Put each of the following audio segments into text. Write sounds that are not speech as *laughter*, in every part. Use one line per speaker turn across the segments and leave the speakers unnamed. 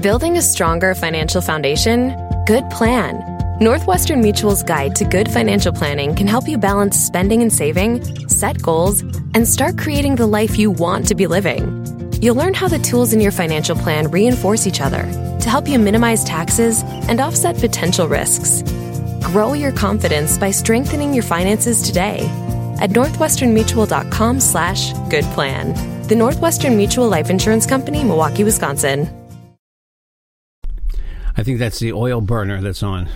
Building a stronger financial foundation? Good plan. Northwestern Mutual's guide to good financial planning can help you balance spending and saving, set goals, and start creating the life you want to be living. You'll learn how the tools in your financial plan reinforce each other to help you minimize taxes and offset potential risks. Grow your confidence by strengthening your finances today at northwesternmutual.com slash good plan. The Northwestern Mutual Life Insurance Company, Milwaukee, Wisconsin.
I think that's the oil burner that's on.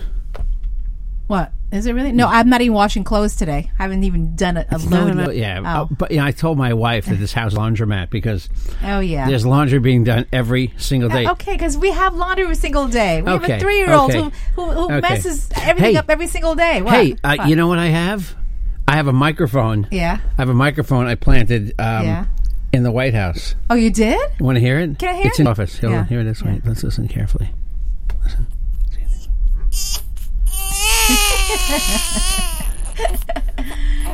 What is it really? No, I'm not even washing clothes today. I haven't even done a, a load.
But
yet.
yeah,
Oh.
but yeah, I told my wife that this house laundromat because
Oh yeah. Uh,
there's laundry being done every single day.
Okay, because we have laundry every single day. We have
Okay,
a three-year-old
okay.
who who, who
Okay.
messes everything
Hey.
up every single day. What?
Hey, uh,
What?
you know what I have? I have a microphone.
Yeah.
I have a microphone I planted um,
Yeah.
in the White House.
Oh, you did?
Want to hear it?
Can I hear
it's in
it?
the office. Hold on,
Yeah.
Here it is. Wait, let's listen carefully. Listen.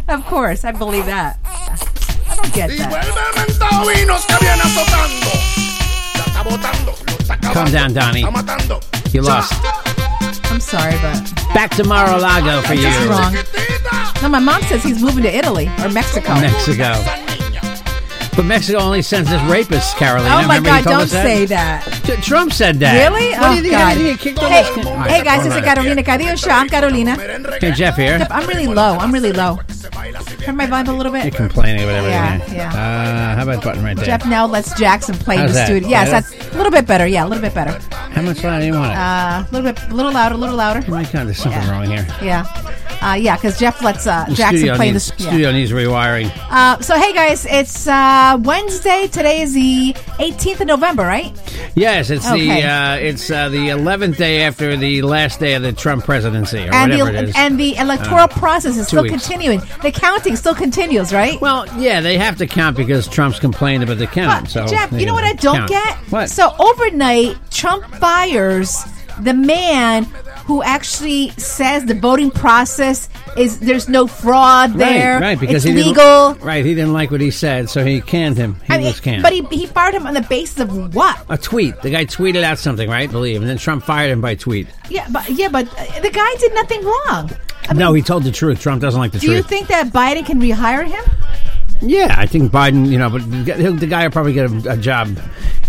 Of course, I believe that. I don't get
Y
that.
vuelve mentado y nos viene azotando. La está botando, lo está acabando,
Calm down, Donnie.
Está matando.
You lost.
I'm sorry, but
Back to Mar-a-Lago for you.
That's wrong.
Chiquitita,
no. My mom says he's moving to Italy or Mexico.
Mexico.
esa niña.
But Mexico only sends us rapists, Carolina.
Oh my
Remember he
God!
told
Don't
us that?
say that.
T- Trump said that. What do
Really?
you
Oh,
think?
God.
I didn't get kicked on
Hey,
this con- All right,
hey guys,
all
this is
right.
Carolina Cadillo Show. I'm Carolina.
Hey, Jeff here.
I'm really low. I'm really low. Turn my volume a little
You're
bit.
complaining about
Yeah,
everything.
yeah.
Uh, how about button right there?
Jeff now lets Jackson play in
How's
the
that?
studio. Yes,
Better?
that's a little bit better. Yeah, a little bit better.
How much louder do you want it?
Uh, a little bit, a little louder, a little louder.
oh my God, there's something wrong here.
Yeah, uh, yeah, because Jeff lets uh,
The
Jackson
studio
play
needs,
the yeah.
studio needs rewiring.
Uh, so hey guys, it's uh, Wednesday. Today is the 18th of November, right?
Yes, it's
Okay.
the uh, it's uh, the eleventh day after the last day of the Trump presidency, or
And
whatever
the
it is. Uh,
and the electoral process is still
weeks.
continuing. The counting still continues, right?
well, yeah, they have to count because Trump's complained about the count. so
Jeff,
they
you know what I don't
count.
get?
What?
So overnight, Trump fires the man who actually says the voting process is there's no fraud there.
right, right, because
it's
he
legal.
Didn't, right, he didn't like what he said, so he canned him. He
I
was
mean,
canned.
but he, he fired him on the basis of what?
a tweet. The guy tweeted out something, right? Believe, and then Trump fired him by tweet.
Yeah, but yeah, but uh, the guy did nothing wrong. I mean,
no, he told the truth. Trump doesn't like the
do
truth.
you think that Biden can rehire him?
Yeah, I think Biden. You know, but the guy- he'll- the guy will probably get a, a job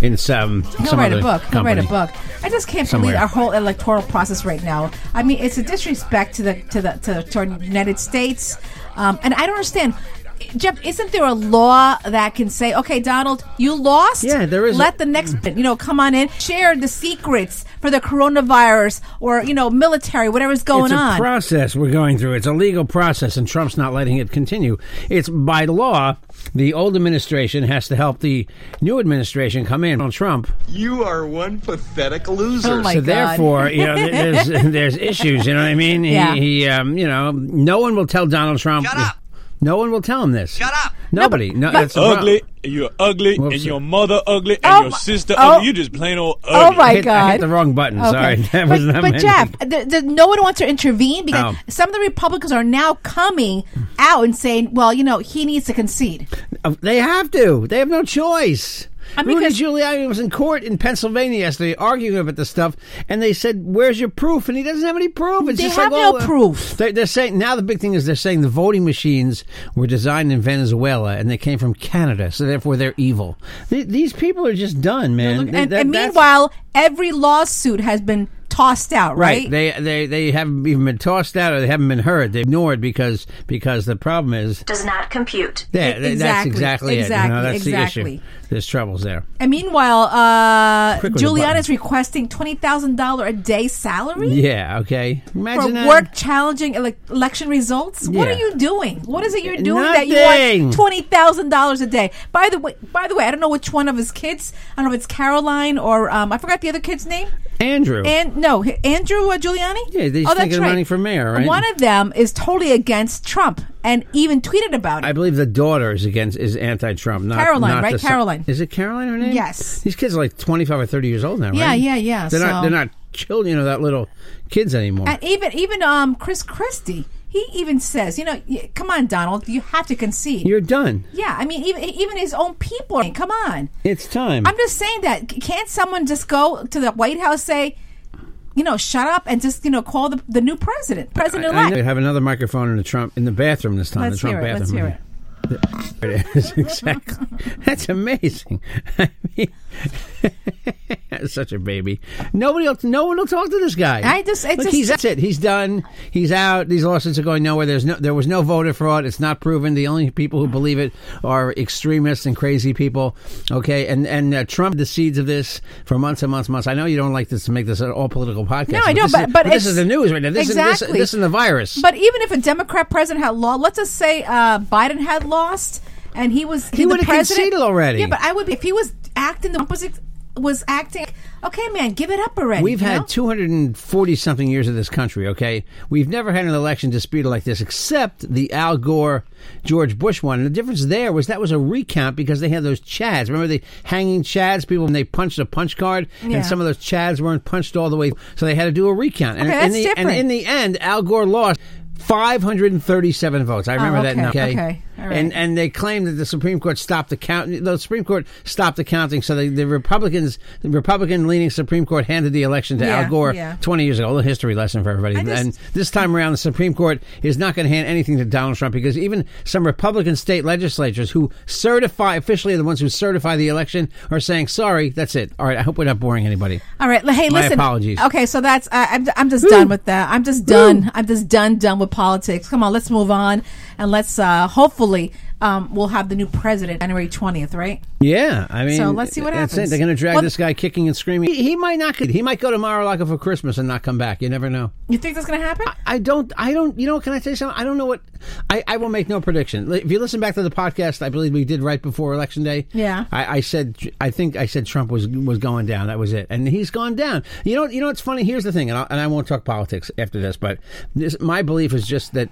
in some.
He'll
some
write a
other
book. He'll
Company.
write a book. I just can't
Somewhere.
believe our whole electoral process right now. I mean, it's a disrespect to the to the to, to our United States, um, and I don't understand. Jeff, isn't there a law that can say, "Okay, Donald, you lost.
Yeah, there is a-
Let the next, you know, come on in, share the secrets for the coronavirus or you know, military, whatever's going
it's a
on."
process we're going through. It's a legal process, and Trump's not letting it continue. It's by law. The old administration has to help the new administration come in on Trump.
You are one pathetic loser.
Oh my
so
God.
therefore, you know,
*laughs*
there's there's issues. You know what I mean? He-
Yeah.
He, um, you know, no one will tell Donald Trump. Shut up. No one will tell him this. Shut
up.
Nobody. No, that's the problem.
ugly, and you're ugly,
Whoops.
and your mother ugly, and
Oh
your
my-
sister
oh.
ugly. You just plain old
Oh
ugly.
I
my
hit,
God!
I hit the wrong button. Mm, Sorry, *laughs* that
but,
was not
but
meant-
Jeff, uh, the, the, no one wants to intervene because
Oh.
some of the Republicans are now coming out and saying, "Well, you know, he needs to concede."
Uh, They have to. They have no choice.
I mean,
Rudy
'cause-
Giuliani was in court in Pennsylvania yesterday arguing about this stuff, and they said, "Where's your proof?" And he doesn't have any proof. It's
They
just
have
like,
no
oh, uh,
proof.
They're, they're saying now the big thing is they're saying the voting machines were designed in Venezuela and they came from Canada, so therefore they're evil. Th- these people are just done, man.
and,
Th- that-
and
that's-
meanwhile, every lawsuit has been tossed out, right?
Right. They they they haven't even been tossed out or they haven't been heard. They're ignored because because the problem is
does not compute.
Yeah,
E-
th- that's exactly
exactly,
it. You know,
exactly,
that's
exactly.
the issue. there's troubles there.
And meanwhile, uh,
Quick with the
Juliana
button.
is requesting twenty thousand dollar a day salary
Yeah. Okay.
for
Imagine that.
work challenging ele- election results. What
Yeah.
are you doing? What is it you're doing that you
Nothing.
want twenty thousand dollars a day? By the way, by the way, I don't know which one of his kids. I don't know if it's Caroline or um, I forgot the other kid's name.
Andrew.
And no, H- Andrew uh, Giuliani.
Yeah, he's
oh, that's
thinking of
right.
running for mayor, right?
One of them is totally against Trump and even tweeted about it.
I believe the daughter is against is anti-Trump. Not
Caroline,
not
right?
the son.
Caroline.
Is it Caroline her name?
Yes.
These kids are like twenty-five or thirty years old now,
Yeah,
right?
yeah, yeah,
They're
so-
not. They're not children of that little kids anymore.
And even even um Chris Christie, he even says, you know, y- come on, Donald, you have to concede.
You're done.
yeah, I mean, even even his own people. I mean, Come on,
It's time.
I'm just saying that. C- Can't someone just go to the White House say, you know, shut up and just you know call the, the new president, president
I know
elect?
you have another microphone in the Trump in the bathroom this time.
Let's
the Trump
hear it, let's
bathroom.
hear it.
There it is. *laughs* exactly. That's amazing. *laughs* I mean, such a baby. Nobody else. No one will talk to this guy.
I just- it's
Look,
just-
he's that's it. He's done. He's out. These lawsuits are going nowhere. There's no. There was no voter fraud. It's not proven. The only people who believe it are extremists and crazy people. Okay, and and uh, Trump the seeds of this for months and months and months. I know you don't like this to make this an all political podcast.
No, I don't,
this
but-
is,
but
this
it's-
is the news right now. This is
Exactly.
this, this and the virus.
But even if a Democrat president had lost, let's just say uh, Biden had lost, and he was he,
would've
the president-
conceded already.
Yeah, but I would be if he was acting the was, was acting. Okay, man, give it up already.
We've
you
had
know?
240 something years of this country, okay? We've never had an election disputed like this except the Al Gore George Bush one. And the difference there was that was a recount because they had those chads. Remember the hanging chads? People, when they punched a punch card,
Yeah.
and some of those chads weren't punched all the way, so they had to do a recount. And,
Okay,
in
that's
the,
different.
and in the end, Al Gore lost. 537 votes. I remember that
Oh, okay,
now.
okay, all right.
And and they claim that the Supreme Court stopped the count. The Supreme Court stopped the counting, so the, the Republicans, the Republican leaning Supreme Court, handed the election to
Yeah,
Al Gore
yeah.
20 years ago. A little history lesson for everybody.
I just-
and this time around, the Supreme Court is not going to hand anything to Donald Trump because even some Republican state legislatures who certify officially are the ones who certify the election are saying, "Sorry, that's it." All right, I hope we're not boring anybody.
All right. Hey,
My
listen.
apologies.
Okay, so that's I I'm, I'm just done with that. I'm just done. I'm just done. Done with politics. Come on, let's move on, and let's uh, hopefully um, we'll have the new president January twentieth, right?
Yeah, I mean,
So let's see what
that's
happens.
It. They're going to drag
Well-
this guy kicking and screaming. He, he might not. He might go to Mar-a-Lago for Christmas and not come back. You never know.
You think that's going to happen?
I don't. I don't. You know. Can I tell you something? I don't know what. I, I will make no prediction. Li- If you listen back to the podcast, I believe we did right before election day.
Yeah.
I, I said. I think I said Trump was was going down. That was it. And he's gone down. You know. You know. It's funny. Here's the thing. And I, and I won't talk politics after this. But this, my belief is just that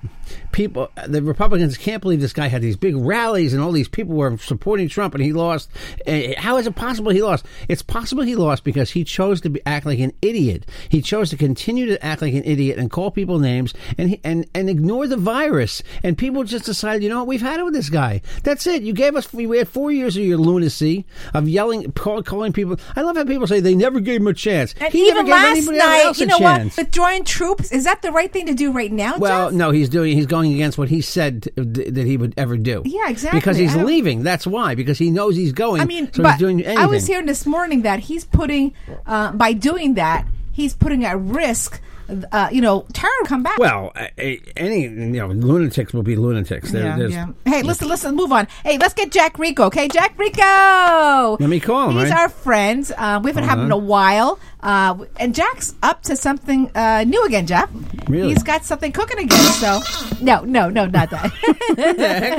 people, the Republicans, can't believe this guy had these big rallies and all these people were supporting Trump and he lost. Eh, How is it possible he lost? It's possible he lost because he chose to be, act like an idiot. He chose to continue to act like an idiot and call people names and he, and and ignore the virus. And people just decided, you know what, we've had it with this guy. That's it. You gave us we had four years of your lunacy of yelling, call, calling people. I love how people say they never gave him a chance.
And
he never
even
gave
last
anybody else
night,
a
you know
chance.
what? Withdrawing troops is that the right thing to do right now?
Well,
Jeff?
no, he's doing. He's going against what he said uh, th- that he would ever do.
Yeah, exactly.
Because he's
I don't-
leaving. That's why. Because he knows he's going.
I mean,
so
but
he's doing anything.
I was hearing this morning that he's putting uh, by doing that he's putting at risk, uh, you know, turn come back.
Well, uh, uh, any you know, lunatics will be lunatics. There,
Yeah,
there's-
yeah. Hey, listen, listen, move on. Hey, let's get Jack Rico, okay? Jack Rico!
Let me call him,
He's
right? Uh-huh.
our friend. Uh, we haven't had him in a while. Uh, w- and Jack's up to something uh, new again, Jeff.
Really?
He's got something cooking again, so. No, no, no, not that.
Heck,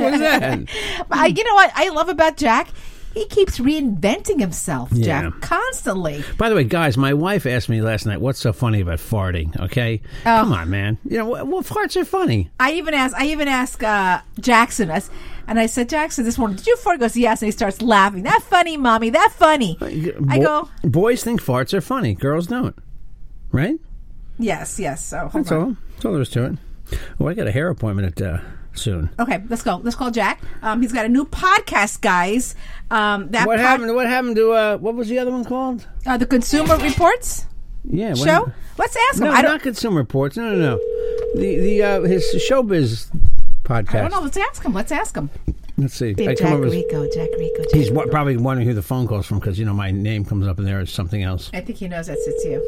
*laughs* what is that?
*laughs* Uh, you know what I love about Jack? He keeps reinventing himself,
Yeah.
Jack, constantly.
By the way, guys, my wife asked me last night, "What's so funny about farting?" Okay,
Oh.
come on, man. You know, wh- well, farts are funny.
I even asked. I even asked uh, Jackson. I s- and I said, Jackson, this morning, did you fart? He goes, yes. And he starts laughing. That funny, mommy. That funny.
Uh,
I
Bo-
go,
boys think farts are funny. Girls don't, right?
yes, yes. So hold
That's
on.
all. That's all there is to it. Oh, I got a hair appointment at uh, soon.
Okay, let's go. Let's call Jack. Um, he's got a new podcast, guys. Um, that
What
pod-
happened? What happened to uh, what was the other one called?
Uh, the Consumer Reports
Yeah, what
show.
happened?
Let's ask him.
No,
I
not
don't.
Consumer Reports. No, no, no. The the uh, his showbiz podcast.
I don't know. Let's ask him. Let's ask him.
Let's see. I
Big
come
Jack
up with-
Rico. Jack Rico. Jack
he's wa-
Rico.
probably wondering who the phone calls from because you know my name comes up in there as something else.
I think he knows that's it's you.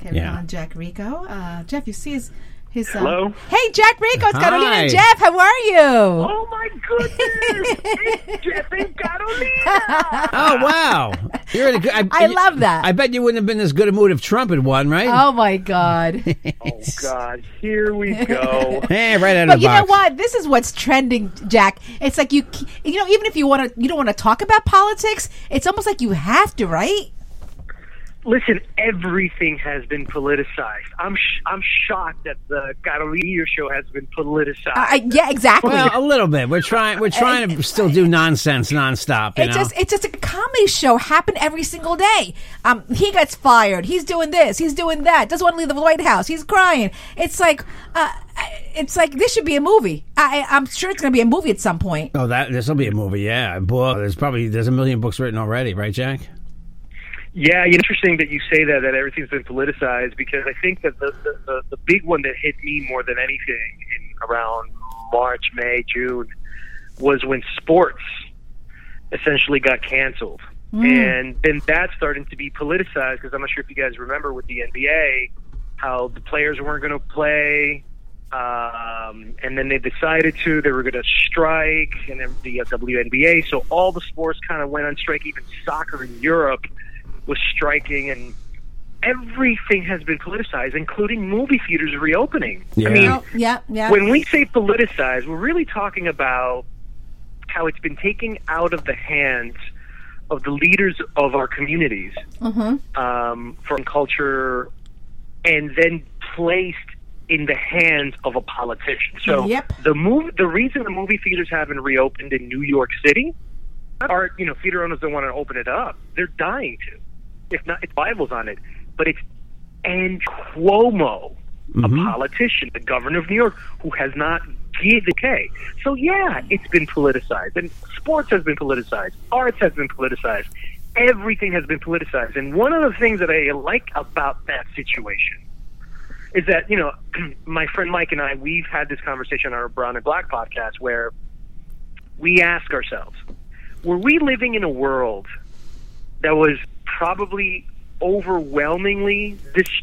Okay, we're
Yeah.
calling Jack Rico. Uh, Jeff, you see his His son.
Hello?
Hey, Jack Rico. It's Carolina
Hi.
and Jeff. How are you?
Oh my goodness!
*laughs*
it's Jeff and Carolina.
Oh wow! You're in a good.
I love that.
I bet you wouldn't have been as good a mood if Trump had won, right?
Oh, my
*laughs*
God.
Oh God, here we go.
Hey, Eh, right out
But
of the
you
box.
know what? This is what's trending, Jack. It's like you, you know, even if you want to, you don't want to talk about politics. It's almost like you have to, right?
Listen, everything has been politicized. I'm sh- I'm shocked that the Carolina show has been politicized.
I, I- yeah, exactly.
Well, a little bit. We're trying. We're trying to still do nonsense nonstop. You
It's
know?
just it's just a comedy show happen every single day. Um, he gets fired. He's doing this. He's doing that. Doesn't want to leave the White House. He's crying. It's like, uh, it's like this should be a movie. I, I'm sure it's going to be a movie at some point.
oh, that this will be a movie. Yeah, a book. There's probably there's a million books written already, right, Jack?
Yeah, you know, interesting that you say that that everything's been politicized because I think that the the, the, the big one that hit me more than anything in around March, May, June was when sports essentially got canceled. And then that started to be politicized because I'm not sure if you guys remember with the NBA how the players weren't going to play. Um, and then they decided to, they were going to strike and then the uh, WNBA. So all the sports kind of went on strike. Even soccer in Europe was striking and everything has been politicized, including movie theaters reopening.
Yeah.
I mean,
Oh, yeah, yeah.
when we say politicize, we're really talking about how it's been taken out of the hands of the leaders of our communities
Mm-hmm.
um, from culture and then placed in the hands of a politician. So
Yep.
the move, the reason the movie theaters haven't reopened in New York City are, you know, theater owners don't want to open it up. They're dying to. If not, it's Bible's on it. But it's and Cuomo, a politician, the governor of New York, who has not given okay. So yeah, it's been politicized, and sports has been politicized, arts has been politicized, everything has been politicized. And one of the things that I like about that situation is that you know *clears throat* my friend Mike and I we've had this conversation on our Brown and Black podcast where we ask ourselves were we living in a world that was probably overwhelmingly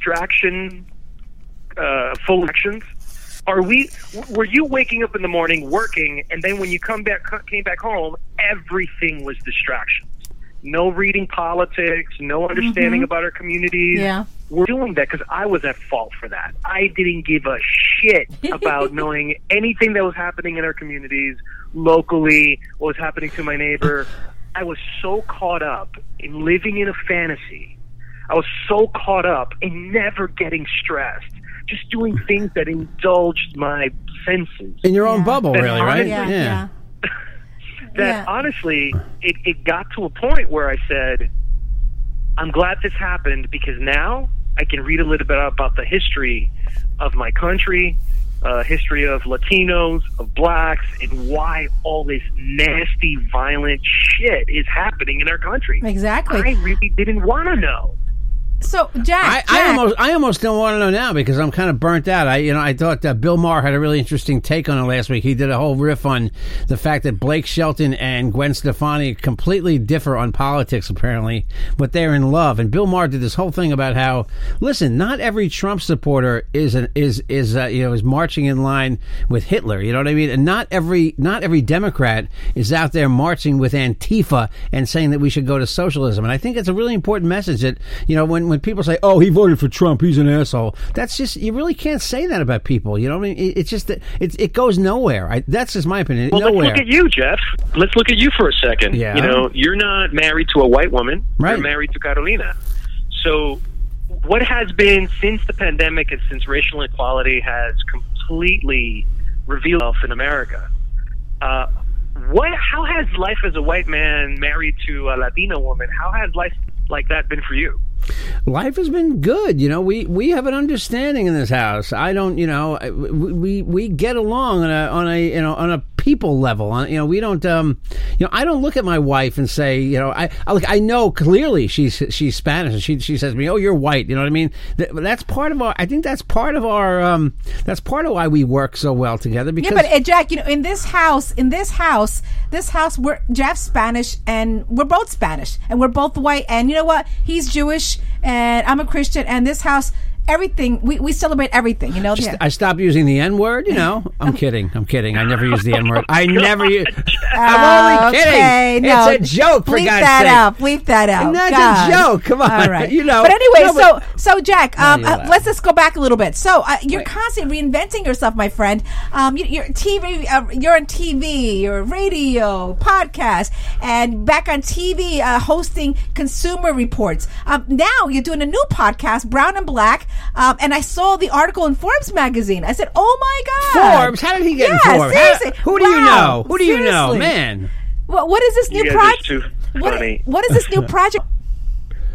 distraction uh, full of actions are we w- were you waking up in the morning working and then when you come back came back home everything was distractions no reading politics no understanding about our communities
Yeah.
we're doing that because I was at fault for that. I didn't give a shit about knowing anything that was happening in our communities, locally, what was happening to my neighbor. I was so caught up in living in a fantasy. I was so caught up in never getting stressed, just doing things that indulged my senses.
In your own
Yeah.
bubble,
Then
really, right?
honestly-
yeah, yeah. *laughs*
that
Yeah.
honestly, it, it got to a point where I said, I'm glad this happened because now I can read a little bit about the history of my country, uh, history of Latinos, of blacks, and why all this nasty, violent shit is happening in our country.
Exactly.
I really didn't want to know.
So Jack,
I,
Jack
I almost I almost don't want to know now because I'm kind of burnt out. I you know I thought that Bill Maher had a really interesting take on it last week. He did a whole riff on the fact that Blake Shelton and Gwen Stefani completely differ on politics apparently, but they're in love. And Bill Maher did this whole thing about how listen, not every Trump supporter is an is is uh, you know is marching in line with Hitler. You know what I mean? And not every not every Democrat is out there marching with Antifa and saying that we should go to socialism. And I think it's a really important message that you know when when people say, "Oh, he voted for Trump, he's an asshole," that's just you really can't say that about people. You know what I mean? It, it's just that it it goes nowhere. I, that's just my opinion.
Well,
nowhere.
let's look at you, Jeff. Let's look at you for a second.
Yeah.
You know, you're not married to a white woman.
Right.
You're married to Carolina. So, what has been since the pandemic and since racial inequality has completely revealed itself in America? Uh, what? How has life as a white man married to a Latina woman? How has life like that been for you?
life has been good. You know, we we have an understanding in this house. I don't, you know, I- we we, we get along on a on a you know on a people level. On you know, we don't, um, you know, I don't look at my wife and say, you know, I, I look, I know clearly she's she's Spanish and she she says to me, oh, you're white. You know what I mean? Th- that's part of our. I think that's part of our. Um, that's part of why we work so well together. Because
Yeah, but uh, Jack, you know, in this house, in this house, this house, we're Jeff's Spanish, and we're both Spanish, and we're both white, and you know what? He's Jewish, and I'm a Christian, and this house. everything. We, we celebrate everything. You know.
Just-
Yeah.
I stopped using the N word. You know, I'm kidding. I'm kidding. I never use the N word.
*laughs*
I never use. I'm only kidding.
Okay, no.
It's a joke. For
Bleep
God's
that
sake.
out. Bleep that out.
And that's a
God.
joke. Come on.
All right.
*laughs* You know.
But anyway,
No, but-
so so Jack, um,
you
uh,
laugh.
let's just go back a little bit. So uh, you're
Right.
constantly reinventing yourself, my friend. Um, you, you're TV. Uh, you're on TV. You're radio, podcast, and back on TV, uh, hosting consumer reports. Um, now you're doing a new podcast, Brown and Black. Um, and I saw the article in Forbes magazine. I said, "Oh my God,
Forbes. How did he get
Yeah,
in Forbes? How-
seriously.
who do you
Wow.
know? Who do you know,
Seriously.
man?
What, what is this
You
new
guys are too
project? What-
funny.
what is
*laughs*
this new project?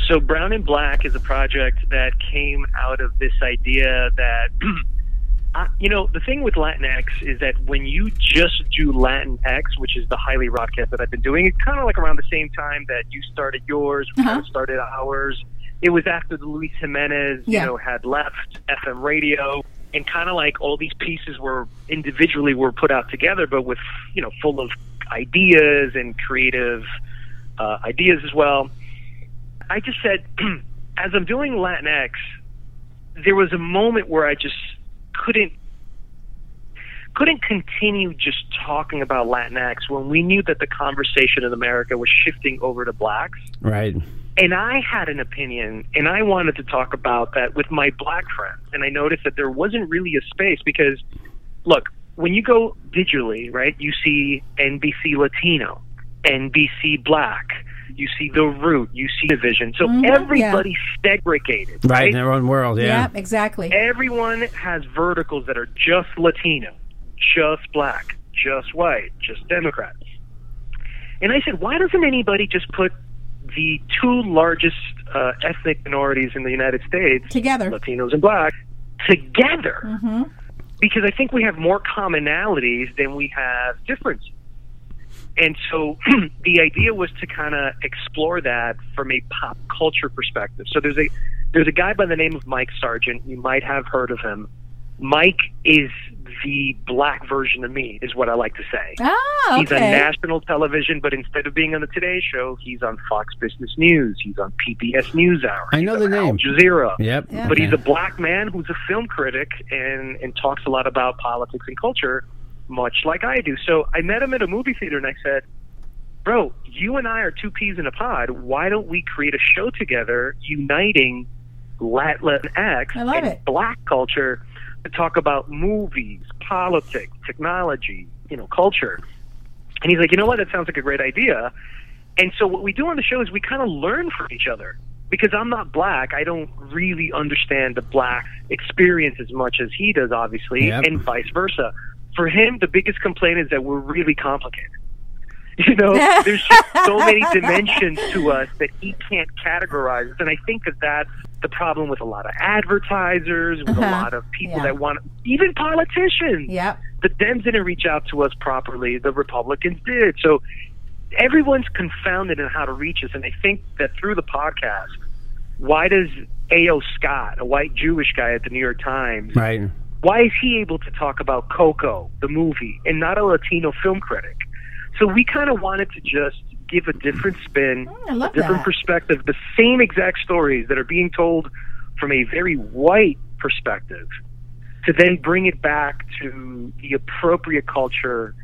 So Brown and Black is a project that came out of this idea that, *clears throat* I, you know, the thing with Latinx is that when you just do Latinx, which is the highly rodcast that I've been doing, it's kind of like around the same time that you started yours, we kind of started ours. It was after the Luis Jimenez,
Yeah.
you know, had left FM radio, and kind of like all these pieces were individually were put out together, but with you know, full of ideas and creative uh, ideas as well. I just said, *clears throat* as I'm doing Latinx, there was a moment where I just couldn't couldn't continue just talking about Latinx when we knew that the conversation in America was shifting over to blacks.
Right.
And I had an opinion, and I wanted to talk about that with my black friends. And I noticed that there wasn't really a space because, look, when you go digitally, right, you see NBC Latino, NBC Black, you see The Root, you see Division. So everybody's segregated,
Right. In their own world. Yeah.
Yep, exactly.
Everyone has verticals that are just Latino, just black, just white, just Democrat. And I said, why doesn't anybody just put the two largest uh, ethnic minorities in the United States,
Together.
Latinos and black, together? Because I think we have more commonalities than we have differences. And so *clears throat* the idea was to kind of explore that from a pop culture perspective. So there's a there's a guy by the name of Mike Sargent. You might have heard of him. Mike is the black version of me, is what I like to say.
Ah,
He's on
okay.
national television, but instead of being on the Today Show, he's on Fox Business News. He's on PBS NewsHour.
I know
he's
the
on
name.
Al Jazeera.
Yep. Yeah.
But he's
Okay.
a black man who's a film critic and and talks a lot about politics and culture, much like I do. So I met him at a movie theater and I said, "Bro, you and I are two peas in a pod. Why don't we create a show together, uniting Latinx
I love
and
it.
black culture to talk about movies, politics, technology, you know, culture. And he's like, you know what? That sounds like a great idea. And so what we do on the show is we kind of learn from each other because I'm not black. I don't really understand the black experience as much as he does, obviously,
Yep.
and vice versa. For him, the biggest complaint is that we're really complicated. *laughs* You know, there's just
*laughs*
so many dimensions to us that he can't categorize. us. And I think that that's the problem with a lot of advertisers, with a lot of people
Uh-huh. Yeah.
that want, even politicians.
Yep.
The Dems didn't reach out to us properly. The Republicans did. So everyone's confounded in how to reach us. And I think that through the podcast, why does A.O. Scott, a white Jewish guy at the New York
*laughs*
Times,
Right.
why is he able to talk about Coco, the movie, and not a Latino film critic? So we kind of wanted to just give a different spin,
Mm, I love
a different
that.
perspective, the same exact stories that are being told from a very white perspective, to then bring it back to the appropriate culture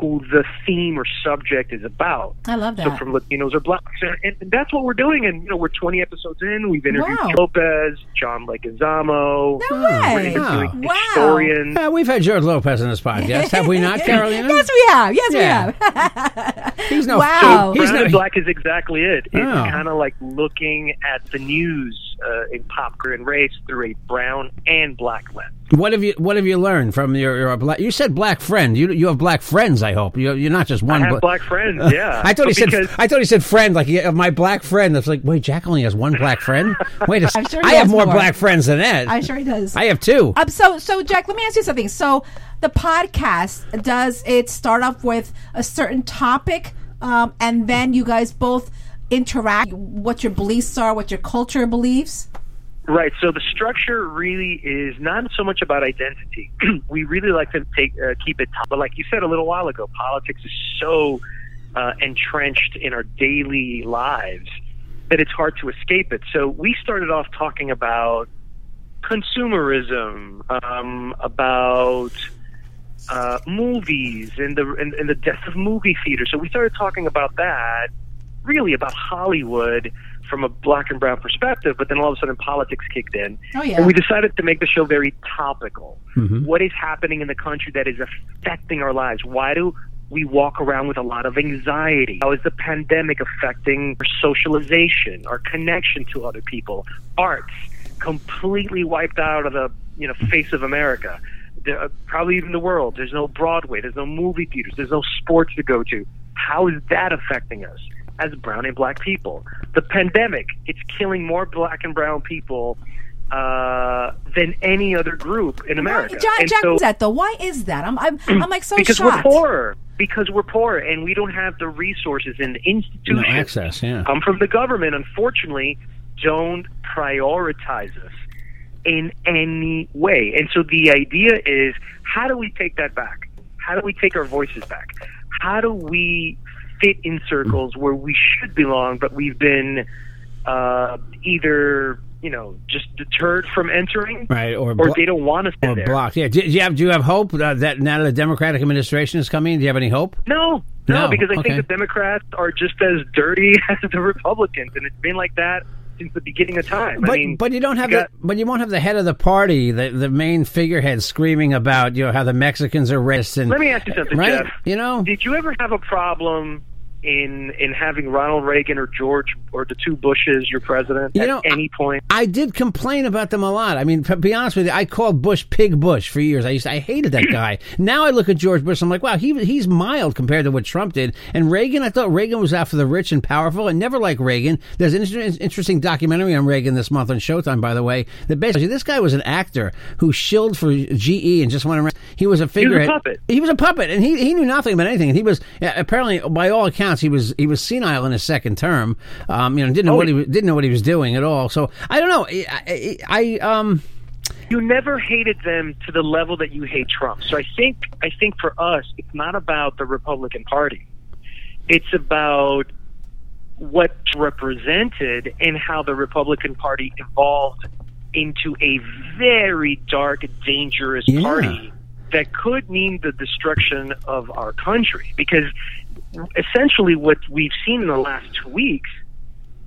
who the theme or subject is about.
I love
So
that.
from Latinos or blacks, and, and that's what we're doing. And you know, we're 20 episodes in. We've interviewed
Wow.
Lopez, John Leguizamo,
No way.
Wow.
interviewing
Wow.
historians.
Uh, we've had George Lopez on this podcast, have we
*laughs*
not, Carolina?
Yes, we have. Yes, *laughs*
Yeah.
we have.
He's no.
Wow.
He's
Brown and
no.
Black is exactly it. It's
Oh.
kind of like looking at the news uh, in pop culture and race through a brown and black lens.
What have you What have you learned from your, your black? You said black friend. You you have black friends. I hope you you're not just one.
I have
bla-
black
*laughs*
friends, yeah.
I thought he
But
said.
because-
I thought he said friend. Like yeah, my black friend. I was like, wait, Jack only has one black friend. Wait, a,
*laughs* I'm sure he
I have
has
more,
more.
black friends than that.
I'm sure he does.
I have two.
Um, so, so Jack, let me ask you something. So, the podcast does it start off with a certain topic, um, and then you guys both interact. What your beliefs are, what your culture believes.
*laughs* Right. So the structure really is not so much about identity. *clears throat* we really like to take uh, keep it, top, but like you said a little while ago, politics is so uh, entrenched in our daily lives that it's hard to escape it. So we started off talking about consumerism, um, about uh, movies and the and, and the death of movie theater. So we started talking about that, really about Hollywood from a black and brown perspective. But then all of a sudden, politics kicked in,
Oh, yeah.
and we decided to make the show very topical. What is happening in the country that is affecting our lives? Why do we walk around with a lot of anxiety? How is the pandemic affecting our socialization, our connection to other people? Arts completely wiped out of the you know face of America there, uh, probably even the world. There's no Broadway. There's no movie theaters. There's no sports to go to. How is that affecting us as brown and black people? The pandemic, it's killing more black and brown people uh, than any other group in America.
John,
And
John
so-
that though. Why is that? I'm,
*clears throat*
I'm, I'm like so
because
shocked.
we're poor. Because we're poor and we don't have the resources and the institutions
No access, yeah.
come from the government, unfortunately, don't prioritize us in any way. And so the idea is how do we take that back? How do we take our voices back? How do we fit in circles where we should belong, but we've been uh, either, you know, just deterred from entering
Right, or
or
blo-
they don't want us in
or
there.
blocked. Yeah. Do, do you have Do you have hope uh, that now that the Democratic administration is coming? Do you have any hope?
No, no,
No,
because I
okay.
think the Democrats are just as dirty *laughs* as the Republicans, and it's been like that since the beginning of time.
But
I mean,
but you don't have
got-
the but you won't have the head of the party, the the main figurehead screaming about you know how the Mexicans are racist. And,
Let me ask you something,
right?
Jeff.
You know,
Did you ever have a problem in in having Ronald Reagan or George or the two Bushes your president
You
at
know,
any point?
I did complain about them a lot. I mean, to be honest with you, I called Bush Pig Bush for years. I used to, I hated that *clears throat* guy. Now I look at George Bush, I'm like, wow, he he's mild compared to what Trump did. And Reagan, I thought Reagan was out for the rich and powerful, and never like Reagan. There's an inter- interesting documentary on Reagan this month on Showtime, by the way. That basically this guy was an actor who shilled for GE and just went around. He was a figurehead.
puppet.
He was a puppet, and he, he knew nothing about anything. And he was yeah, apparently, by all accounts, he was he was senile in his second term. Um, you know, didn't know what he was, didn't know what he was doing at all. So I don't know. I, I, I um
You never hated them to the level that you hate Trump. So I think I think for us, it's not about the Republican Party. It's about what represented and how the Republican Party evolved into a very dark, dangerous
Yeah.
party that could mean the destruction of our country. Because essentially, what we've seen in the last two weeks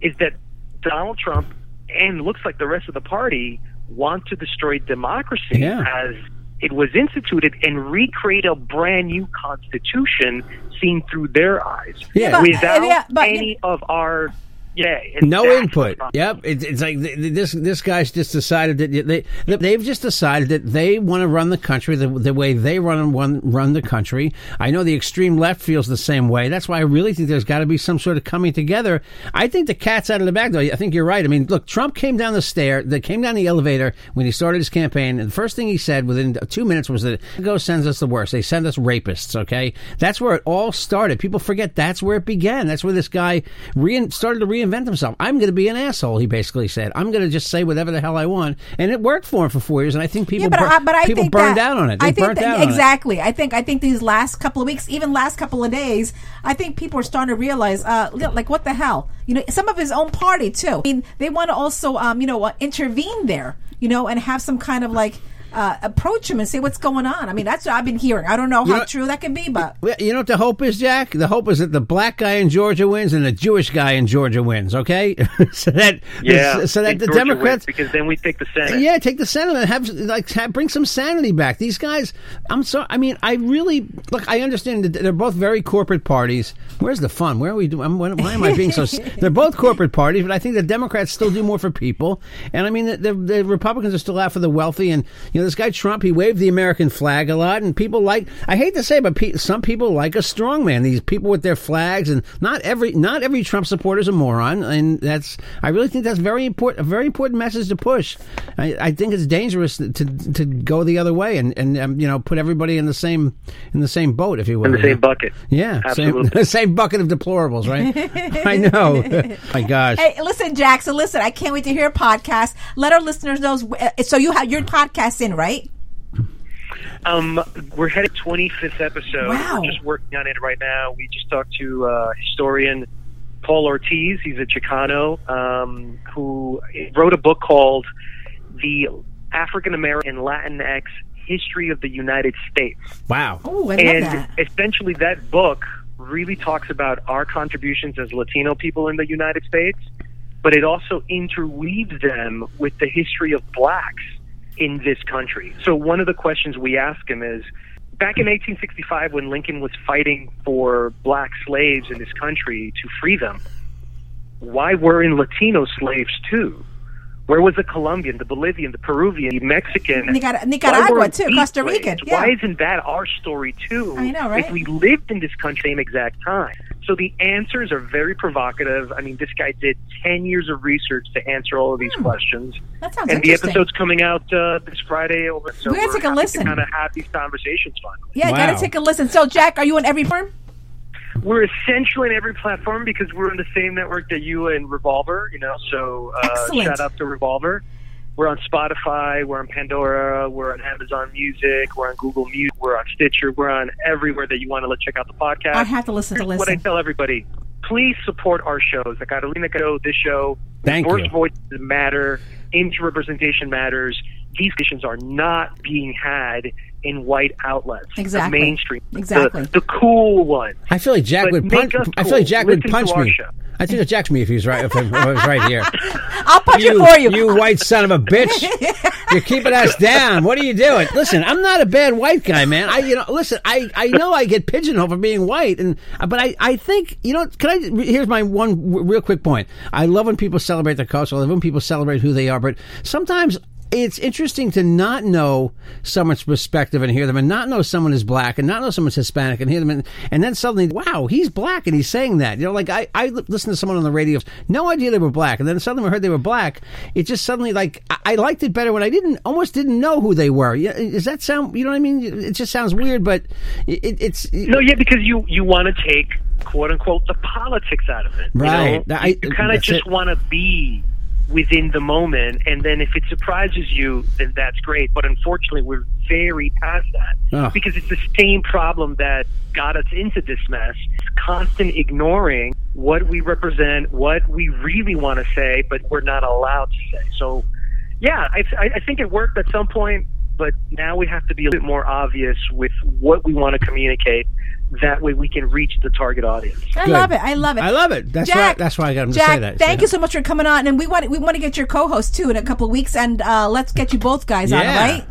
is that Donald Trump and looks like the rest of the party want to destroy democracy
Yeah.
as it was instituted and recreate a brand new constitution seen through their eyes
Yeah. But-
without
yeah, but-
any of our yeah and
no
that's
input.
the problem.
Yep, it's, it's like th- th- this. This guy's just decided that they that they've just decided that they want to run the country the, the way they run run run the country. I know the extreme left feels the same way. That's why I really think there's got to be some sort of coming together. I think the cat's out of the bag, though. I think you're right. I mean, look, Trump came down the stair, that came down the elevator when he started his campaign, and the first thing he said within two minutes was that go sends us the worst. They send us rapists. Okay, that's where it all started. People forget that's where it began. That's where this guy rein started to reinvent himself. I'm going to be an asshole. He basically said, "I'm going to just say whatever the hell I want," and it worked for him for four years. And I think people,
Yeah, but,
bur-
I, but I
people
think
burned
that,
out on it. They
I think
burnt
that-
out on it.
exactly. I think I think these last couple of weeks, even last couple of days, I think people are starting to realize, uh, li- like what the hell, you know, some of his own party too. I mean, they want to also, um, you know, uh, intervene there, you know, and have some kind of like uh, approach him and say what's going on. I mean, that's what I've been hearing. I don't know how
know-
true that can be, but
Well, You know what the hope is, Jack? The hope is that the black guy in Georgia wins and the Jewish guy in Georgia wins. Okay, *laughs* so that
yeah
so that
and
the
Georgia
Democrats
wins, because then we take the senate
Yeah, take the sentiment. Have like have, bring some sanity back. These guys, I'm sorry. I mean, I really look. I understand that they're both very corporate parties. Where's the fun? Where are we? doing? Why am I being so? s- they're both corporate parties, but I think the Democrats still do more for people. And I mean, the, the, the Republicans are still out for the wealthy. And you know, this guy Trump, he waved the American flag a lot, and people like. I hate to say, but pe- some people like a strong man. These people with their flags, and not every not every Trump supporter is a moron. And that's I really think that's very important. A very important message to push. I, I think it's dangerous to to go the other way and and um, you know put everybody in the same in the same boat, if you will.
in the same bucket
Yeah, same, *laughs*
absolutely
same bucket of deplorables, right?
*laughs*
I know. My gosh.
Hey, listen, Jackson. Listen, I can't wait to hear a podcast. Let our listeners know. uh, So you have your podcast in, right?
um we're headed 25th episode
Wow.
we're just working on it right now we just talked to uh historian paul ortiz he's a chicano um who wrote a book called the African American and Latinx history of the United States.
Wow.
Oh, I love
and
that.
essentially, that book really talks about our contributions as Latino people in the United States, but it also interweaves them with the history of blacks in this country. So, one of the questions we ask him is back in 1865, when Lincoln was fighting for black slaves in this country to free them, why weren't Latino slaves too? Where was the Colombian, the Bolivian, the Peruvian, the Mexican?
Nicar-
Why
Nicaragua,
weren't
too,
these
Costa
slaves?
Rican, yeah.
Why isn't that our story too?
I know, right?
If we lived in this country same exact time. So the answers are very provocative. I mean, this guy did 10 years of research to answer all of these questions.
Hmm. That sounds
And the
interesting.
episode's coming out uh, this Friday. Over, so
We're gonna take a listen.
Kind of have these conversations finally.
Yeah,
Wow.
gotta take a listen. So, Jack, are you on every firm?
We're essentially in every platform because we're on the same network that you and Revolver. You know, so uh,
Excellent.
shout out to Revolver. We're on Spotify. We're on Pandora. We're on Amazon Music. We're on Google Music. We're on Stitcher. We're on everywhere that you want to let check out the podcast.
I have to listen to
Here's what I
listen.
tell everybody: please support our shows, the Catalina show, this show.
Thank
Diverse
you.
voices matter. Inter representation matters. These conditions are not being had in white outlets, the
Exactly.
mainstream, the-
Exactly.
the cool one.
I feel like Jack
But
would
make
punch.
us
I feel like
cool.
Jack would
Listen to
punch
our
me.
show.
I think it Jack's me if he was right. If I was right
*laughs*
here,
I'll punch it for you.
white son of a
*laughs*
bitch. You're keeping us down. What are you doing? Listen, I'm not a bad white guy, man. I, you know, listen, I, I know I get pigeonholed for being white, and uh, but I, I think, you know, can I? Here's my one w- real quick point. I love when people celebrate their culture. I love when people celebrate who they are, but sometimes. It's interesting to not know someone's perspective and hear them, and not know someone is black, and not know someone's Hispanic, and hear them, and, and then suddenly, wow, he's black, and he's saying that. You know, like I, I li- listened to someone on the radio, no idea they were black, and then suddenly when I heard they were black. It just suddenly like I, I liked it better when I didn't almost didn't know who they were. Yeah, does that sound? You know what I mean? It just sounds weird, but it, it, it's
No, yeah, because you you want to take quote unquote the politics out of it.
Right.
You, know?
I-
you, kind of
that's
just
it.
want to be within the moment, and then if it surprises you, then that's great. But unfortunately, we're very past that
Ugh.
because it's the same problem that got us into this mess. It's constant ignoring what we represent, what we really want to say, but we're not allowed to say. So, yeah, I, I, I think it worked at some point, but now we have to be a bit more obvious with what we want to communicate. That way, we can reach the target audience.
I
Good.
love it. I love it.
I love it. That's
Jack,
why- that's why I got him to
Jack,
say that.
Thank
Yeah.
you so much for coming on, and we want we want to get your co-host too in a couple of weeks, and uh, let's get you both guys on, all
Yeah.
right?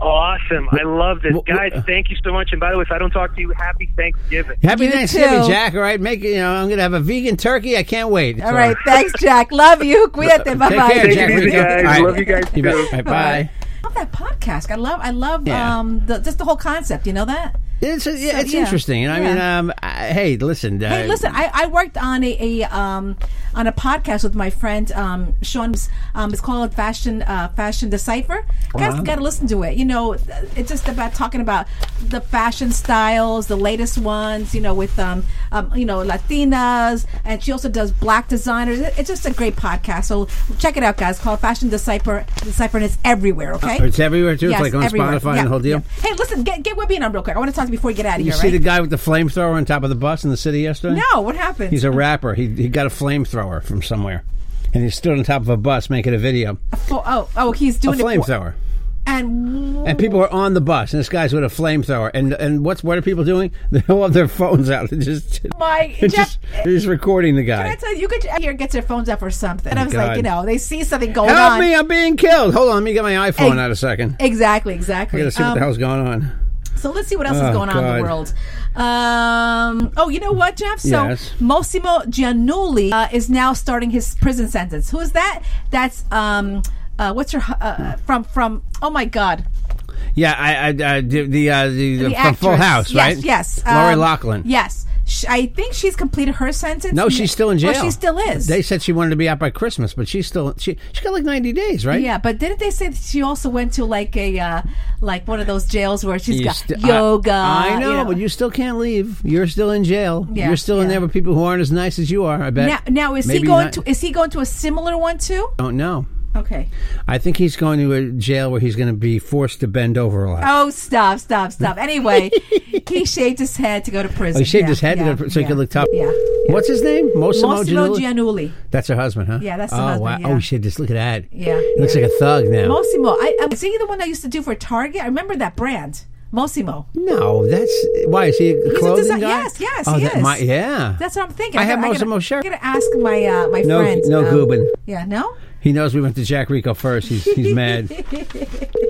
Awesome. I love this.
Wh- wh-
Guys, thank you so much. And by the way, if I don't talk to you, happy Thanksgiving.
happy
You
Thanksgiving,
too.
Jack. All right, make it- you know I'm gonna have a vegan turkey. I can't wait.
All right. Thanks, Jack. Love you. Cuídate. Bye
Uh, Take
bye.
care, Jack.
it easy,
All
guys. Love you guys,
You bet.
too.
All right,
Bye.
bye.
I love that podcast. I love I love
Yeah.
um the, just the whole concept. You know that?
It's it's
So, yeah.
interesting. You know, I mean,
Yeah.
um, I, hey, listen. Uh,
Hey, listen, I, I worked on a, a um on a podcast with my friend um Sean. Um, it's called Fashion uh, Fashion Decipher. Guys,
Wow.
got to listen to it. You know, th- it's just about talking about the fashion styles, the latest ones. You know, with um, um you know Latinas, and she also does black designers. It- It's just a great podcast. So check it out, guys. It's Called Fashion Decipher. Decipher, and it's everywhere. Okay.
Uh, It's everywhere too.
Yes,
it's like on
everywhere.
Spotify and
Yeah,
the whole deal.
yeah. Hey, listen, get get Webby on real quick. I want to talk to you before you get out of
You
here.
see the
right?
guy with the flamethrower on top of the bus in the city yesterday?
no, what happened?
He's a rapper. He, he got a flamethrower from somewhere, and he stood on top of a bus making a video.
Oh, oh, oh, he's
A
doing it. for-
flamethrower.
And
And people are on the bus, and this guy's with a flamethrower. And and what's what are people doing? *laughs* They all have their phones out. They're just, *laughs*
Oh my
they're
Jeff,
just, they're just recording the
can I
guy.
tell you, you could here gets their phones up or something. And I was like,
God.
you know, they see something going
Help
on.
me! I'm being killed. Hold on, let me get my iPhone
Hey.
out a second.
Exactly,
I
exactly.
gotta see what
Um,
the hell's going on.
so let's see what else is
Oh,
going on in the
God.
world. Um, oh, you know what, Jeff? So
Yes.
Massimo Giannulli uh, is now starting his prison sentence. Who is that? That's um, uh, what's her hu- uh, from from? Oh my God,
Yeah, I, I, I the the, uh, the,
the
from
actress.
Full House,
yes,
right?
Yes,
Lori
Um,
Lachlan.
Yes, Sh I think she's completed her sentence.
No, she's still in jail.
Well, she still is.
They said she wanted to be out by Christmas, but she's still she she got like ninety days, right?
Yeah, but didn't they say that she also went to like a uh, like one of those jails where she's
You
got
sti-
yoga?
I, I know,
you
but you still can't leave. You're still in jail.
Yeah,
You're still in
yeah.
there with people who aren't as nice as you are. I bet.
now, now is he
Maybe
going
not-
to is he going to a similar one too?
Don't know.
Okay.
I think he's going to a jail where he's going to be forced to bend over a lot.
Oh, stop,
*laughs*
stop, stop. Anyway, he shaved his head to go to
Oh,
prison.
he shaved
Yeah,
his head to
yeah,
go to pr- so he
yeah,
could look tough.
Yeah.
What's his name? Mossimo
Massimo
Giannulli?
Giannulli.
That's her husband, huh?
Yeah, that's the
oh,
husband,
Wow.
yeah.
Oh shit! Just look at that.
Yeah.
He looks like a thug now.
Mosimo. I, I'm seeing the one I used to do for Target. I remember that brand. Mosimo.
no, that's why is he a
a
clothing
design-
guy?
yes, yes,
oh,
he
that
is.
might- yeah.
That's what I'm thinking.
I have
gotta-
Massimo
gotta-
shirt.
I'm gonna ask my uh, my
No-
friend.
no Gubin.
Yeah, no.
He knows we went to Jack Rico first. He's he's
*laughs*
mad.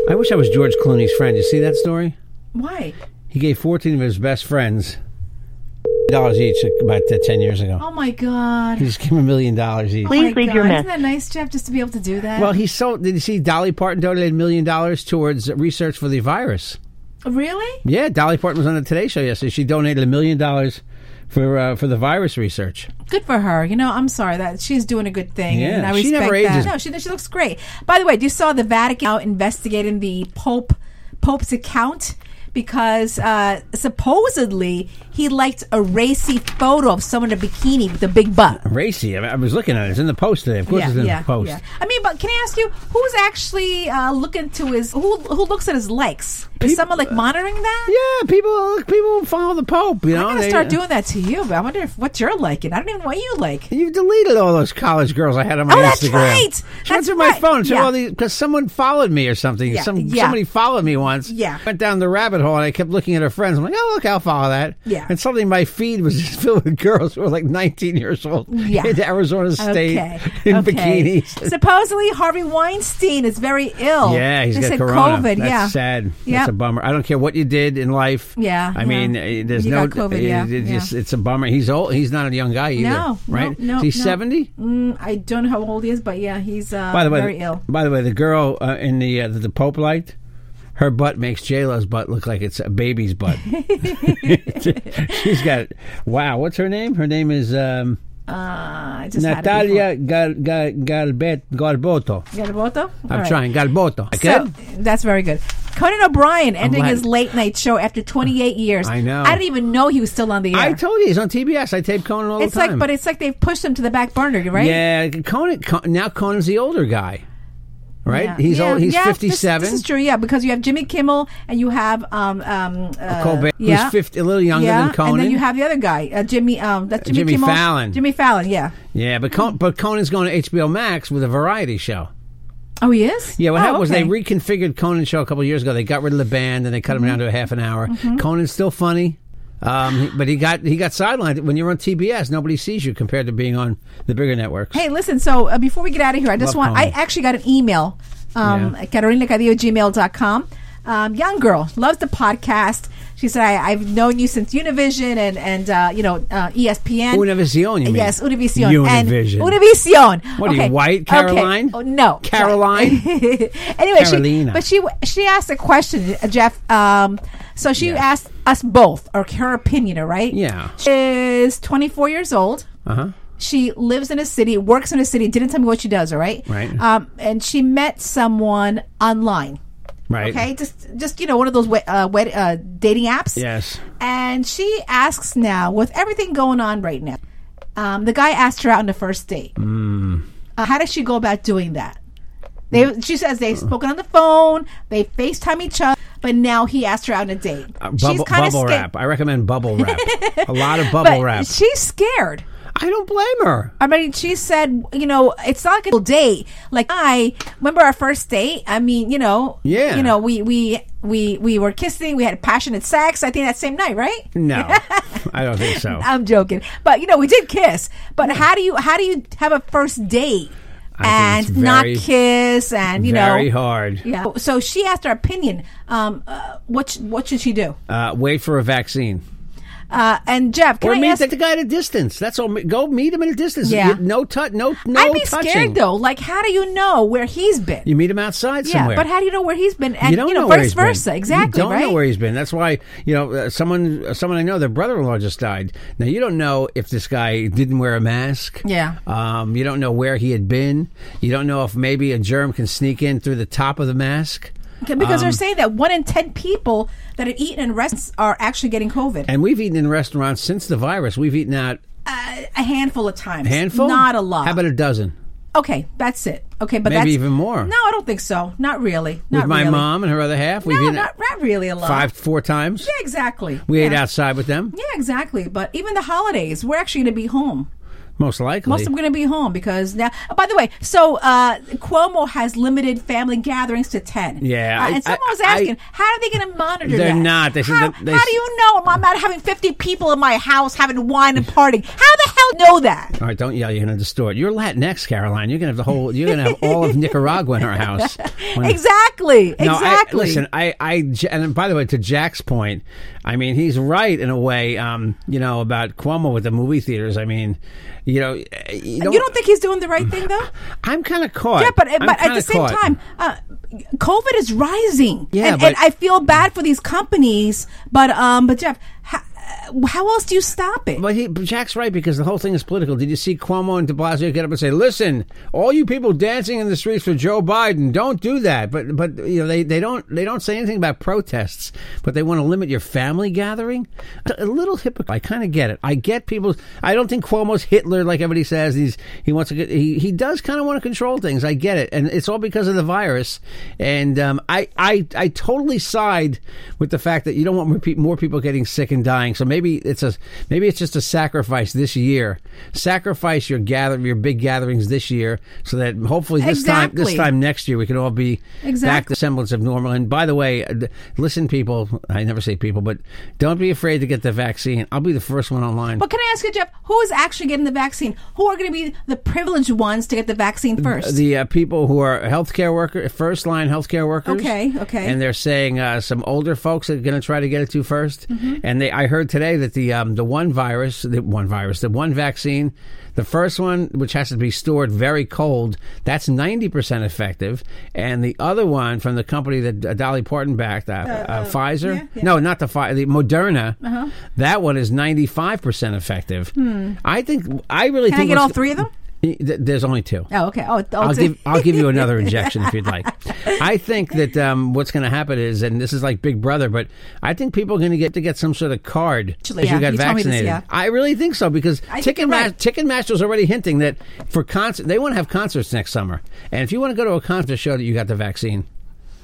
I wish I was George Clooney's friend. You see that story?
Why?
He gave fourteen of his best friends dollars each about uh, ten years ago.
Oh my God.
He just gave him a million dollars each.
Oh my
Please leave
God.
your
Isn't that nice, Jeff? Just to be able to do that.
Well, he sold. Did you see Dolly Parton donated a million dollars towards research for the virus?
really?
Yeah, Dolly Parton was on the Today Show yesterday. She donated a million dollars for uh, for the virus research.
Good for her. You know, I'm sorry that she's doing a good thing.
Yeah,
and I
she
respect
never
that.
ages.
No, she she looks great. By the way, you saw the Vatican out investigating the Pope Pope's account because uh, supposedly he liked a racy photo of someone in a bikini with a big butt.
Racy. I, I was looking at it. It's in the post today. Of course, it's in the post.
I mean, but can I ask you who's actually uh, looking to his who who looks at his likes? Is someone like monitoring that?
Yeah, people people follow the Pope. You know,
I'm gonna
They- uh,
start doing that to you, but I wonder if what you're liking. I don't even know what you like.
You've deleted all those college girls I had on my
Oh,
Instagram.
that's right.
She
That's
went through my
right.
phone. She
Yeah.
all these because someone followed me or something.
Yeah,
Some
yeah.
somebody followed me once.
Yeah.
went down the rabbit hole and I kept looking at her friends. I'm like, oh look, I'll follow that.
Yeah.
and suddenly my feed was *laughs* just filled with girls who were like 19 years old
Yeah.
in Arizona State
Okay.
in
okay.
bikinis.
Supposedly Harvey Weinstein is very ill.
Yeah, he's
Oh, they
got
said
corona.
COVID.
That's
yeah,
sad.
Yeah.
That's a bummer. I don't care what you did in life.
Yeah,
I
yeah.
mean, uh, there's
You
no.
got COVID,
it-
yeah,
it
yeah.
just- It's a bummer. He's old. He's not a young guy either.
No, no,
right?
no,
Is he
no.
70?
Mm, I don't know how old he is, but yeah, he's uh,
By the way,
very ill.
By the way, the girl uh, in the uh, that the Pope liked. Her butt makes J Lo's butt look like it's a baby's
*laughs*
butt. She's got wow. What's her name? Her name is um,
Uh, I just had it
Natalia Gal, Gal, Galbet, Galboto.
before. Galboto.
I'm trying Galboto.
So
Okay?
that's very good. Conan O'Brien ending
glad-
his late night show after 28 years.
I know.
I didn't even know he was still on the air.
I told you he's on TBS. I tape Conan all
it's
the time.
like, but it's like they've pushed him to the back burner, right?
Yeah, Conan. Con- now Conan's the older guy, right?
Yeah.
He's
Yeah,
old. He's
yeah, this-
fifty-seven.
This, is true, yeah, because you have Jimmy Kimmel and you have um um uh,
Colbert,
yeah,
who's 50, a little younger
yeah,
than Conan.
and then you have the other guy, uh, Jimmy um that's Jimmy,
Jimmy
Kimmel,
Fallon.
Jimmy Fallon, yeah.
yeah, but Con- but Conan's going to HBO Max with a variety show.
Oh, he is.
Yeah, what
oh,
happened was
okay.
they reconfigured Conan's show a couple years ago. They got rid of the band and they cut him
Mm-hmm.
down to a half an hour. Conan's still funny, um, he- but he got he got sidelined. When you're on TBS, nobody sees you compared to being on the bigger networks.
Hey, listen, so uh, before we get out of here, I just
Love
want, I
Conan.
actually got an email, um,
Yeah.
at carolinacadillo@gmail.com. Um, young girl, loves the podcast. She said, I, I've known you since Univision and, and uh, you know, uh, ESPN.
Univision, you mean?
Yes, Univision.
Univision.
And Univision.
What are you,
Okay.
white,
Okay.
Caroline?
Oh, no.
Caroline?
*laughs* anyway, she,
Carolina.
but she she asked a question, uh, Jeff. Um, so she
Yeah.
asked us both, or her opinion, all right?
Yeah.
She is 24 years old.
Uh huh.
She lives in a city, works in a city. Didn't tell me what she does. All right.
Right.
Um, and she met someone online.
Right.
Okay. Just, just you know, one of those we- uh, wed- uh, dating apps.
Yes.
And she asks now, with everything going on right now, um, the guy asked her out on the first date. Mm. Uh, how does she go about doing that? They, she says
Uh.
they've spoken on the phone, they FaceTime each other, but now he asked her out on a date.
Uh, bubble
kinda
bubble
sca-
wrap. I recommend bubble
*laughs*
wrap. a lot of bubble
But
wrap.
she's scared.
I don't blame her.
I mean, she said, you know, it's not like a date. Like I remember our first date. I mean, you know,
Yeah.
you know, we we we we were kissing. We had passionate sex. I think that same night, right?
No,
*laughs*
I don't think so.
I'm joking, but you know, we did kiss. But how do you how do you have a first date
I
and
think it's
not
very-
kiss and you
Very
know?
hard.
Yeah. So she asked her opinion. Um, uh, what sh- what should she do?
Uh, wait for a vaccine.
Uh, and Jeff, can
or
I
meet
ask?
the guy at a distance. That's all. Go meet him at a distance.
Yeah.
No touch. No. No
I'd be
touching.
scared though. Like, how do you know where he's been?
You meet him outside
Yeah,
somewhere.
but how do you know where he's been? And you, know,
where
vice
he's been.
versa, exactly.
You don't
right?
know where he's been. That's why you know uh, someone. uh, Someone I know, their brother-in-law just died. Now you don't know if this guy didn't wear a mask.
Yeah.
Um, you don't know where he had been. You don't know if maybe a germ can sneak in through the top of the mask.
Okay, because
um,
they're saying that one in ten people that are eating in restaurants are actually getting COVID.
And we've eaten in restaurants since the virus. We've eaten out
uh, a handful of times,
handful.
not a lot.
How about a dozen?
okay, that's it. A Okay, but
Maybe
that's,
even more.
No, I don't think so. Not really. Not
with my
really.
mom and her other half.
No,
We've eaten
not, not really a lot.
five, four times.
Yeah, exactly.
We ate
Yeah.
outside with them,
Yeah, exactly. But even the holidays, we're actually going to be home.
most likely.
Most of them going to be home because now. By the way, so uh, Cuomo has limited family gatherings to ten.
Yeah,
Uh,
I-
and someone
I-
was asking,
I-
how are they going to monitor?
They're
that?
not. They should-
how,
they-
how do you know I'm not having fifty people in my house having wine and partying? How the hell know that?
all right, don't yell. You're going to distort. You're Latinx, Caroline. You're going to have the whole. You're going to have all
*laughs*
of Nicaragua in our house. When-
Exactly.
No,
exactly.
I, listen, I, I, J- and by the way, to Jack's point, I mean he's right in a way. Um, you know about Cuomo with the movie theaters. I mean, you know, eh, you don't,
you don't think he's doing the right thing
*sighs*
though?
I'm kind of caught.
Yeah, but,
I'm
but at
kinda
the same
caught.
time, uh, COVID is rising.
Yeah,
and,
but-
and I feel bad for these companies. But um, but Jeff, how, how else do you stop it?
But, he, but Jack's right because the whole thing is political. Did you see Cuomo and De Blasio get up and say, "Listen, all you people dancing in the streets for Joe Biden, don't do that." But but you know they, they don't they don't say anything about protests, but they want to limit your family gathering. A, a little hypocrite. I kind of get it. I get people. I don't think Cuomo's Hitler like everybody says. He's he wants to get he, he does kind of want to control things. I get it, and it's all because of the virus. And um, I I I totally side with the fact that you don't want more, pe- more people getting sick and dying. So maybe it's a maybe it's just a sacrifice this year. Sacrifice your gather your big gatherings this year, so that hopefully this time
Exactly.
this time next year we can all be back
Exactly.
to semblance of normal. And by the way, uh, listen, people. I never say people, but don't be afraid to get the vaccine. I'll be the first one online.
But can I ask you, Jeff, who is actually getting the vaccine? Who are going to be the privileged ones to get the vaccine first?
the uh, people who are healthcare worker, first line healthcare workers.
Okay, okay.
And they're saying uh, some older folks are going to try to get it to 1st
Mm-hmm.
And they, I heard today that the um, the one virus, the one virus, the one vaccine, the first one, which has to be stored very cold, that's ninety percent effective. And the other one from the company that uh, Dolly Parton backed, uh, uh, Pfizer.
oh, yeah, Uh-huh. yeah.
No, not the Pfizer, the Moderna. That one is ninety five percent effective. I think I really
Hmm. Can I
think
get
what's-
all three of them?
Th- There's only two.
oh, okay. Oh, oh,
I'll
it's-
give
*laughs*
I'll give you another injection if you'd like. I think that um, what's going to happen is, and this is like Big Brother, but I think people are going to get to get some sort of card
Actually,
if
yeah,
you got
you told me this,
vaccinated.
yeah.
I really think so because
I think you're
Ticketmaster
right.
Ticketmaster's already hinting that for concert they want to have concerts next summer, and if you want to go to a concert, show that you got the vaccine.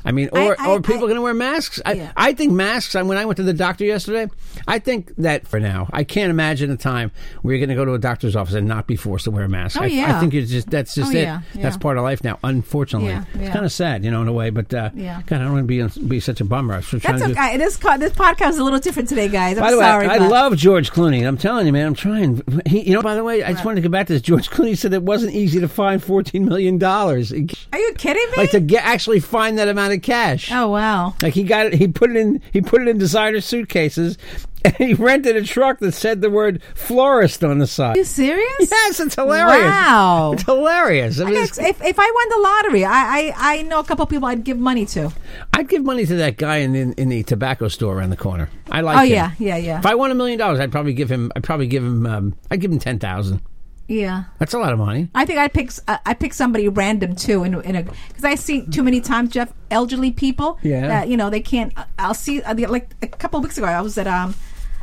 I mean,
I-
or,
I-
or people
I-
going to wear masks. I,
Yeah.
I think masks. I, when I went to the doctor yesterday, I think that for now, I can't imagine a time where you're going to go to a doctor's office and not be forced to wear a mask.
Oh,
I, I
yeah.
think it's just that's just
Oh,
it.
yeah,
That's
yeah.
part of life now. Unfortunately,
Yeah,
it's
yeah.
kind of sad, you know, in a way. But uh,
Yeah.
God, I don't want to be be such a bummer. I was trying
That's
to do-
okay. This, co- this podcast is a little different today, guys. I'm
By the way,
sorry.
I
but-
love George Clooney. I'm telling you, man. I'm trying. He, you know, by the way, I just wanted to go back to this. George Clooney said it wasn't easy to find 14 million dollars,
Are you kidding me?
like to get actually find that amount of cash.
oh, wow.
Like he got it, he put it in, he put it in designer suitcases, *laughs* and he rented a truck that said the word florist on the side.
Are you serious?
*laughs* Yes, it's hilarious.
Wow.
it's hilarious. I mean,
Yes,
it's-
if, if I won the lottery, I, I, I know a couple people I'd give money to.
I'd give money to that guy in the, in the tobacco store around the corner. I like.
Oh,
him.
yeah, yeah, yeah.
If I won a million dollars, I'd probably give him. I'd probably give him. Um, I'd give him ten thousand.
Yeah.
That's a lot of money.
I think I pick uh, I pick somebody random too, in, in a because I see too many times Jeff elderly people.
Yeah.
that, you know they can't. uh, I'll see uh, the- like a couple of weeks ago I was at um.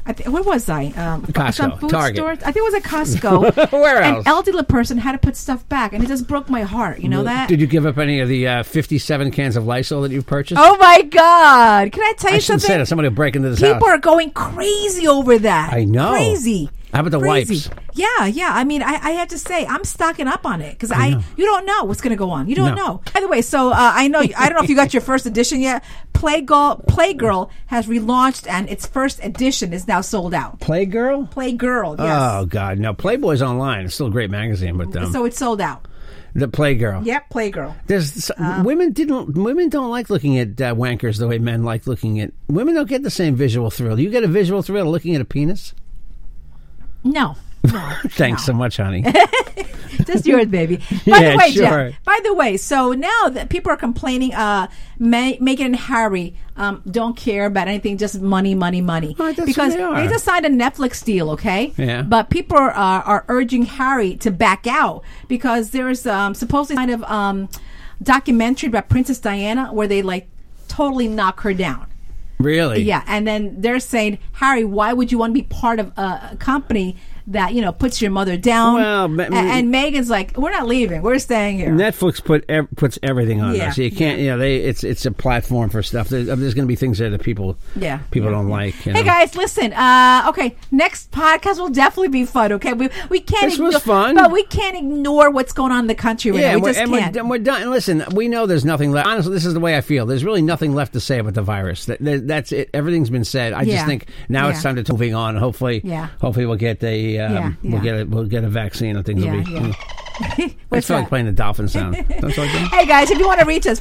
I th- where was I? Um,
Costco,
some food
Target.
store. I think it was at
*laughs*
Costco.
Where
An
else?
elderly person had to put stuff back, and it just broke my heart. You know that?
Did you give up any of the uh, fifty-seven cans of Lysol that you purchased?
oh my God! Can I tell you
I shouldn't
something?
say that. Somebody will break into this house.
People are going crazy over that.
I know.
Crazy.
How about the
Crazy.
wipes?
Yeah, yeah. I mean, I, I have to say, I'm stocking up on it because I, you don't know what's going to go on. You don't
No.
know. By the way, so uh, I know I don't know if you got your first edition yet. Playgirl Playgirl has relaunched and its first edition is now sold out.
Playgirl.
Playgirl,
Oh
yes.
God, no! Playboy's online. It's still a great magazine, but um,
So it's sold out.
the Playgirl.
Yep, Playgirl.
There's s
Uh,
women didn't women don't like looking at uh, wankers the way men like looking at women. Don't get the same visual thrill. You get a visual thrill looking at a penis.
No. No.
Thanks so much,
*laughs*
honey.
Just yours, baby. By
Yeah,
the way,
sure.
Jeff. By the way, so now that people are complaining, uh, Ma- Megan and Harry um, don't care about anything, just money, money, money.
Oh, that's who
because
they are.
just signed a Netflix deal, okay?
Yeah.
But people are, are, are urging Harry to back out because there's um, supposedly kind of um, documentary about Princess Diana where they like totally knock her down.
really?
Yeah, and then they're saying, Harry, why would you want to be part of a, a company that you know puts your mother down.
Well, ma-
A- and Megan's like, we're not leaving. We're staying here.
Netflix put ev- puts everything on
Yeah.
there, so you can't. You know, they it's it's a platform for stuff. There's, there's going to be things there that people
Yeah.
people don't like. you
Hey
know.
guys, listen. Uh, okay, next podcast will definitely be fun. Okay, we we can't.
This was
igno-
fun.
but we can't ignore what's going on in the country right
Yeah,
now.
and we're,
We just
and
can't.
We're, and we're done. And listen, we know there's nothing left. Honestly, this is the way I feel. There's really nothing left to say about the virus. That, that, that's it. Everything's been said. I
Yeah.
just think now it's
Yeah.
time to moving on. Hopefully,
Yeah.
Hopefully, we'll get the um,
Yeah, yeah.
we'll get a we'll get a vaccine and things
Yeah,
will be.
yeah.
I
What's
feel like
that?
playing the dolphin
*laughs*
sound. Don't you like that?
Hey guys, if you want to reach us,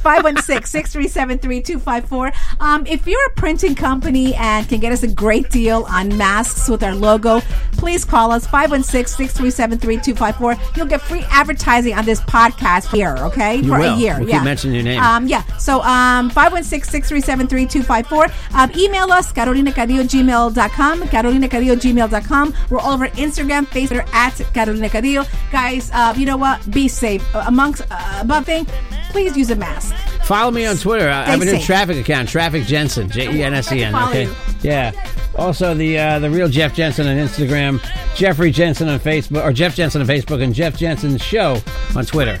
516-637-3254. Um, if you're a printing company and can get us a great deal on masks with our logo, please call us 516-637-3254. You'll get free advertising on this podcast here, okay? For a
will.
year.
We'll keep
yeah.
mentioning your name.
Um, yeah. So um 516-637-3254. Um, email us carolinacadillo@gmail.com, carolinacadillo@gmail.com. We're all over Instagram, Facebook at Carolina Cadillo. Guys, uh, you know what? Be safe. Uh, amongst uh, above thing, please use a mask.
Follow me on Twitter. I I have a new
safe.
traffic account, Traffic Jensen, J E N S E N.
I can follow
Okay.
you.
Yeah. Also, the uh, the real Jeff Jensen on Instagram, Jeffrey Jensen on Facebook, or Jeff Jensen on Facebook, and Jeff Jensen Show on Twitter.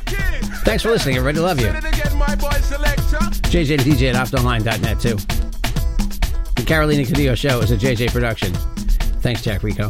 Thanks for listening, everybody. Love you. JJ and DJ at optonline.net, too. The Carolina Cadillo Show is a JJ production. Thanks, Jack Rico.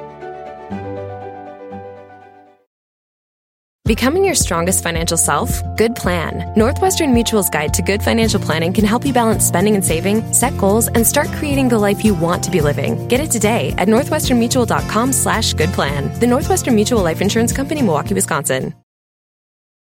Becoming your strongest financial self? Good plan. Northwestern Mutual's guide to good financial planning can help you balance spending and saving, set goals, and start creating the life you want to be living. Get it today at northwesternmutual.com slash good plan. The Northwestern Mutual Life Insurance Company, Milwaukee, Wisconsin.